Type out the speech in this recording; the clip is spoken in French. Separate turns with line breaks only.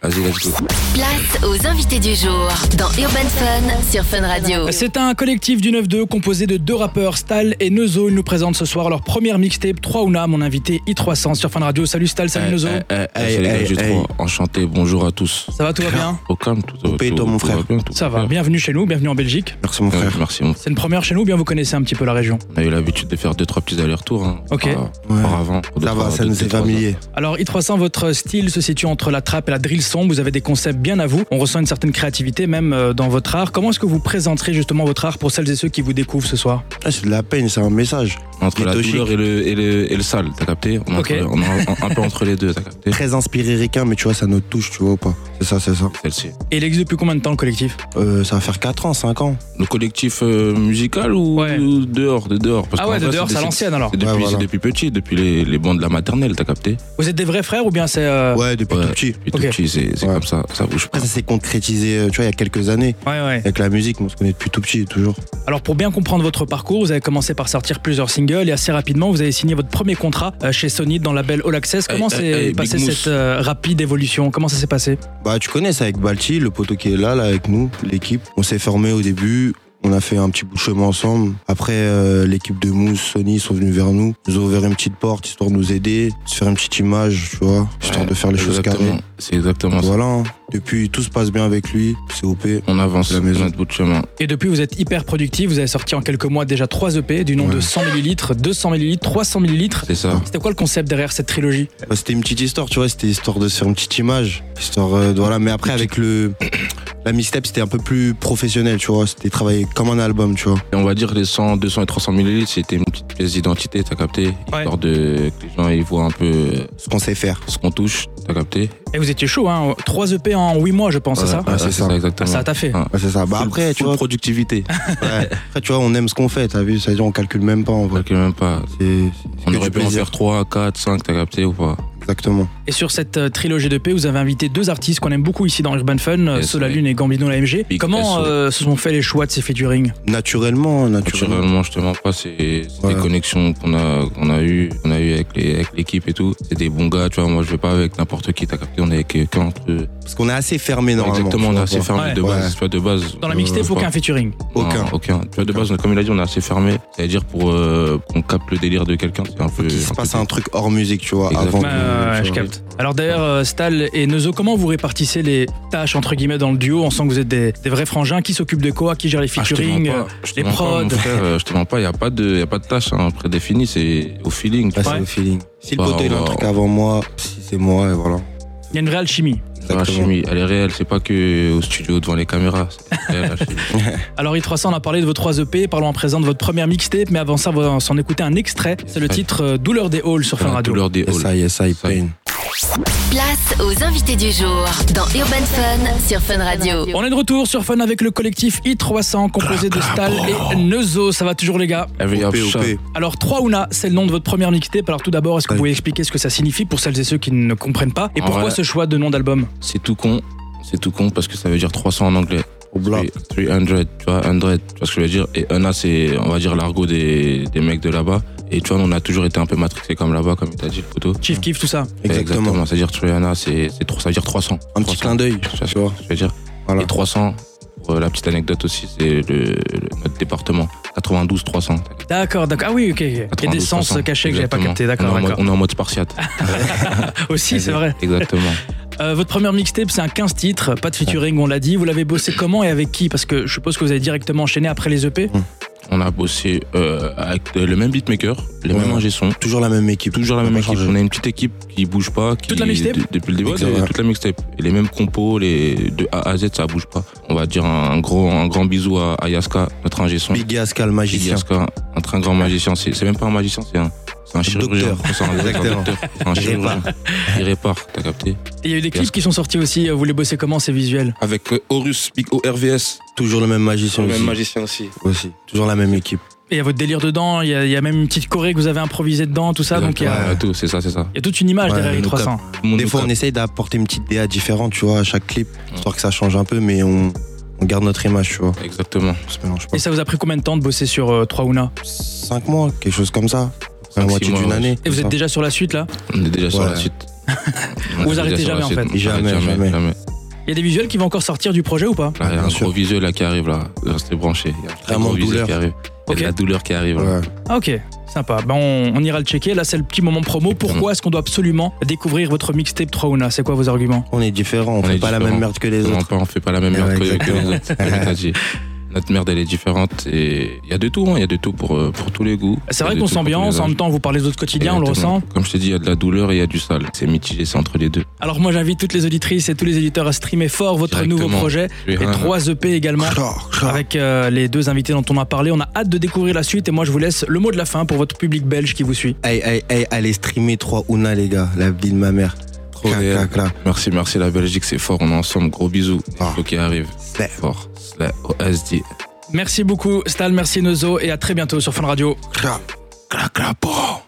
Vas-y, let's go.
Place aux invités du jour dans Urban Fun sur Fun Radio.
C'est un collectif du 9-2 composé de deux rappeurs, Stal et Neuzo. Ils nous présentent ce soir leur première mixtape 3 Una, mon invité I300 sur Fun Radio. Salut Stal, salut Neuzo.
Eh, eh, eh,
Hey,
c'est les gars
hey,
du
hey.
trois. Enchanté, bonjour à tous.
Ça va, tout va bien
Au calme, tout
Au pays,
tout-
toi, mon
tout va
frère.
bien, tout
Ça va, bienvenue chez nous, bienvenue en Belgique.
Merci mon
Ouais,
frère.
merci. On
C'est une première chez nous, bien vous connaissez un petit peu la région.
on a eu l'habitude de faire deux trois petits allers-retours. hein,
Ok.
par-
Ouais.
Auparavant. pour deux,
Ça va,
trois-
ça
deux,
nous est
trois heures.
familier.
Alors I300, votre style se situe entre la trappe et la drill sombre, vous avez des concepts bien à vous, on ressent une certaine créativité même euh, dans votre art. Comment est-ce que vous présenterez justement votre art pour celles et ceux qui vous découvrent ce soir
Ah, c'est de la peine, c'est un message.
Entre
Les
la
toxiques.
douleur et le, et le, et le sale, t'as capté on est
Ok.
entre- on est un, un peu entre les deux, t'as capté
Très inspiré ricain, mais tu vois, ça nous touche, tu vois ou pas. C'est ça, c'est ça.
Celle-ci.
Et il existe depuis combien de temps le collectif
Euh, ça va faire 4 ans, 5 ans.
Le collectif euh, musical ou,
Ouais.
ou dehors, de dehors parce
Ah
qu'en
ouais, de
vrai,
dehors,
c'est
c'est à
des-
l'ancienne alors.
C'est depuis,
Ouais, voilà.
c'est depuis petit, depuis les, les bancs de la maternelle, t'as capté
Vous êtes des vrais frères ou bien c'est... euh,
Ouais, depuis
Ah. Ouais.
tout petit.
Depuis
Ok.
tout petit, c'est c'est
Ouais.
comme ça, ça bouge pas.
Après, ça s'est concrétisé, euh, tu vois, il y a quelques années.
ouais, ouais.
Avec la musique, on se connaît depuis tout petit, toujours.
Alors pour bien comprendre votre parcours, vous avez commencé par sortir plusieurs singles et assez rapidement vous avez signé votre premier contrat euh, chez Sony dans la label All Access. Comment
Hey, hey,
s'est
hey,
passée
Big Moose.
cette euh, rapide évolution Comment ça s'est passé
Bah, tu connais ça avec Balti, le poteau qui est là, là, avec nous, l'équipe. On s'est formé au début. On a fait un petit bout de chemin ensemble. Après, euh, l'équipe de Mousse, Sony sont venus vers nous. Ils nous ont ouvert une petite porte, histoire de nous aider, de se faire une petite image, tu vois, histoire de faire les choses
Exactement.
carrées.
C'est exactement ça.
Voilà. hein. Depuis, tout se passe bien avec lui. C'est OP.
On avance
La maison.
notre bout de chemin.
Et depuis vous êtes hyper productif, vous avez sorti en quelques mois déjà 3 EP du nombre de
Ouais.
100 ml, 200 ml, 300 ml.
C'est ça.
C'était quoi le concept derrière cette trilogie
Bah, c'était une petite histoire, tu vois, c'était histoire de se faire une petite image. Histoire, euh, de- voilà. Mais après, avec le. La mixtape, c'était un peu plus professionnel, tu vois. C'était travaillé comme un album, tu vois.
Et on va dire les 100, 200 et 300 millilitres, c'était une petite pièce d'identité, t'as capté Histoire de que les gens ils voient un peu euh,
Ce qu'on sait faire.
ce qu'on touche, t'as capté
Et vous étiez chaud, hein 3 EP en 8 mois je pense, c'est ça
Ouais,
c'est ça.
Ah,
exactement.
Ça t'a fait.
Ah.
Ouais, c'est ça. Bah,
Full-
après, tu
full
vois.
productivité.
Ouais. Après, tu vois, on aime ce qu'on fait, t'as vu C'est-à-dire, on calcule même pas en
On
vrai.
calcule même pas.
C'est c'est
On
que
aurait pu
du
en
plaisir.
faire 3, 4, 5, t'as capté ou pas
Exactement.
Et sur cette euh, trilogie d'EP, vous avez invité deux artistes qu'on aime beaucoup ici dans Urban Fun, euh,
Yes,
Solalune
oui.
Lune et Gambino l'AMG.
Big
Comment
SO.
euh, se sont fait les choix de ces featuring
Naturellement, hein, naturellement.
Naturellement, je te mens pas, c'est c'est
Ouais.
des connexions qu'on a, qu'on a eues, qu'on a eues avec les- avec l'équipe et tout. C'est des bons gars, tu vois. Moi, je vais pas avec n'importe qui, t'as capté. On est avec qu'entre eux.
Parce qu'on est assez fermé normalement.
Exactement,
tu
on est
vois,
assez
quoi.
fermé
Ouais.
de base. Tu vois, de base.
Dans la
euh,
mixtape,
je crois-
aucun featuring.
Aucun.
Non, Ah, aucun. Tu vois, de base, on est- comme il a dit, on est assez fermé. C'est-à-dire pour euh, qu'on capte le délire de quelqu'un, c'est un peu.
Il se
un peu-
passe un truc hors musique, tu vois,
Exactement.
Ouais,
avant. que-
ouais, ouais,
tu
je
vois.
capte. Alors d'ailleurs, euh, Stal et Neuzo, comment vous répartissez les tâches entre guillemets dans le duo On sent que vous êtes des, des vrais frangins. Qui s'occupe de quoi Qui gère les
Ah, je te mens
featuring
pas,
euh,
je te
les
mens pas,
prods.
mon frère, euh, je te mens pas, il n'y a pas de, y a pas de tâche hein, prédéfinie, c'est au feeling. tu
Là,
vois.
c'est
Ouais.
le feeling. Si le
Bah,
poteau, il a un
on-
truc avant moi, si c'est moi, et voilà.
Il y a une vraie alchimie.
La chimie, elle est réelle, c'est pas que au studio devant les caméras. c'est réel, la chimie.
Alors I300, on a parlé de vos trois EP. Parlons à présent de votre première mixtape. Mais avant ça, on va s'en écouter un extrait. C'est le
Ouais.
titre euh, Douleur des Halls sur Fin
La
Radio.
douleur des
Yes,
halls.
I, yes, I,
Ça.
pain.
Place aux invités du jour dans Urban Fun sur Fun Radio.
On est de retour sur Fun avec le collectif I300 composé de Stal et Neuzo. Ça va toujours les gars
Every
OP,
upshot.
OP.
Alors 3 Una, c'est le nom de votre première mixtape. Alors tout d'abord, est-ce que vous
Ouais.
pouvez expliquer ce que ça signifie pour celles et ceux qui ne comprennent pas Et
En
pourquoi
vrai-
ce choix de nom d'album
C'est tout con, c'est tout con parce que ça veut dire 300 en anglais.
Au bloc.
300, tu vois, 100, tu vois ce que je veux dire. Et Una, c'est, on va dire, l'argot des, des mecs de là-bas. Et tu vois, on a toujours été un peu matrixés comme là-bas, comme tu as dit, le photo.
Chief Kiff, tout ça
Exactement.
C'est-à-dire, Triana, c'est c'est trop- ça veut dire 300.
Un petit
300,
clin d'œil,
tu vois ce
tu vois.
que je veux dire.
Voilà.
Et 300, pour euh, la petite anecdote aussi, c'est le, le- notre département. 92, 300.
D'accord, d'accord. Ah oui, ok. ok. Il y a des
92,
sens
300,
cachés que j'avais pas
exactement.
capté.
On est
D'accord,
en mode-
d'accord.
On est en mode spartiate.
Aussi, c'est vrai.
Exactement.
Euh, votre première mixtape, c'est un 15 titres, pas de featuring, on l'a dit. Vous l'avez bossé comment et avec qui Parce que je suppose que vous avez directement enchaîné après les E EP.
On a bossé euh, avec le même beatmaker, le
Ouais.
même ingé son.
Toujours la même équipe.
Toujours la
On
même
va
équipe.
changer.
On a une petite équipe qui bouge pas. Qui,
Toute la mixtape
de- Depuis le début,
Exact,
de-
ouais.
toute la mixtape. Et les mêmes compos, les, de A à Z, ça bouge pas. On va dire un, un gros, un grand bisou à, à Yaska, notre ingé son.
Big Yaska, le
Big
magicien.
Yaska, un très grand magicien. C'est c'est même pas un magicien, c'est un, c'est un chirurgien.
docteur.
C'est un, c'est un
Exactement.
docteur. C'est un
Il
chirurgien. Il répare, t'as capté.
Et il y a eu des clips
Yes.
qui sont sortis aussi. euh, Vous les bossez comment ces visuels
Avec euh, Horus, Big O-R-V-S.
Toujours le même magicien aussi.
magicien aussi.
Aussi. Toujours la même équipe.
Et il y a votre délire dedans. Il y, a, il y a même une petite choré que vous avez improvisée dedans, tout ça. Donc euh, il y, a,
Exactement.
Ouais, Ah, tout, c'est ça, c'est ça.
il y a toute une image
Ouais,
derrière les
nous
300.
Tout le monde
Des
nous
fois, on
capte.
essaye d'apporter une petite DA différente, tu vois, à chaque clip,
Mm.
histoire que ça change un peu, mais on, on garde notre image, tu vois.
Exactement.
On se mélange pas.
Et ça vous a pris combien de temps de bosser sur euh, 3 Una
5 mois, quelque chose comme ça.
Cinq,
La
six
moitié
mois,
d'une
ouais.
année.
Et vous
comme
êtes
ça.
déjà sur la suite là
On est déjà sur
Ouais.
la suite. On
Vous
a déjà
arrêtez
sur la
jamais, en
suite.
fait.
On arrête
Jamais, jamais.
jamais.
Il y a des visuels qui vont encore sortir du projet ou pas
Là, il y a
Bien
un
sûr.
gros visuel là qui arrive là. Restez branchés. Il y a un très
Vraiment
gros
de
visuel
douleur.
qui arrive. Il y a de
Ok.
la douleur qui arrive. là.
Ouais.
Ah, ok, sympa. Ben, on, on ira le checker. Là, c'est le petit moment promo. Pourquoi est-ce qu'on doit absolument découvrir votre mixtape Trouna C'est quoi vos arguments
On est différents, on,
On
fait
est
pas la
différents.
même merde que les
Comment
autres.
pas, on fait pas la même
Ouais,
merde que- que,
exactement.
les autres. comme t'as dit. Notre merde, elle est différente. Et il y a de tout, hein. il y a de tout pour, euh, pour tous les goûts.
C'est
Il
vrai
y a
qu'on
de tout pour
s'ambiance,
tous les
en
âges.
même temps, vous parlez d'autres quotidiens, on le
Exactement.
ressent.
Comme je t'ai dit, il y a de la douleur et il y a du sale. C'est mitigé, c'est entre les deux.
Alors, moi, j'invite toutes les auditrices et tous les éditeurs à streamer fort votre
Directement.
nouveau projet
Je vais
et
rien-
trois EP également. Avec euh, les deux invités dont on a parlé, on a hâte de découvrir la suite et moi je vous laisse le mot de la fin pour votre public belge qui vous suit.
Aïe, aïe, aïe, allez streamer 3 Una, les gars. La vie de ma mère.
Trop
Clac,
réel.
clac, clac.
Merci, merci la Belgique, c'est fort, on est ensemble, gros bisous.
Ah.
Faut qu'il arrive.
Slap.
Fort. Slap. OSD.
Merci beaucoup Stal, merci Nozo et à très bientôt sur Fun Radio.
Clac.
Clac, clac, bon.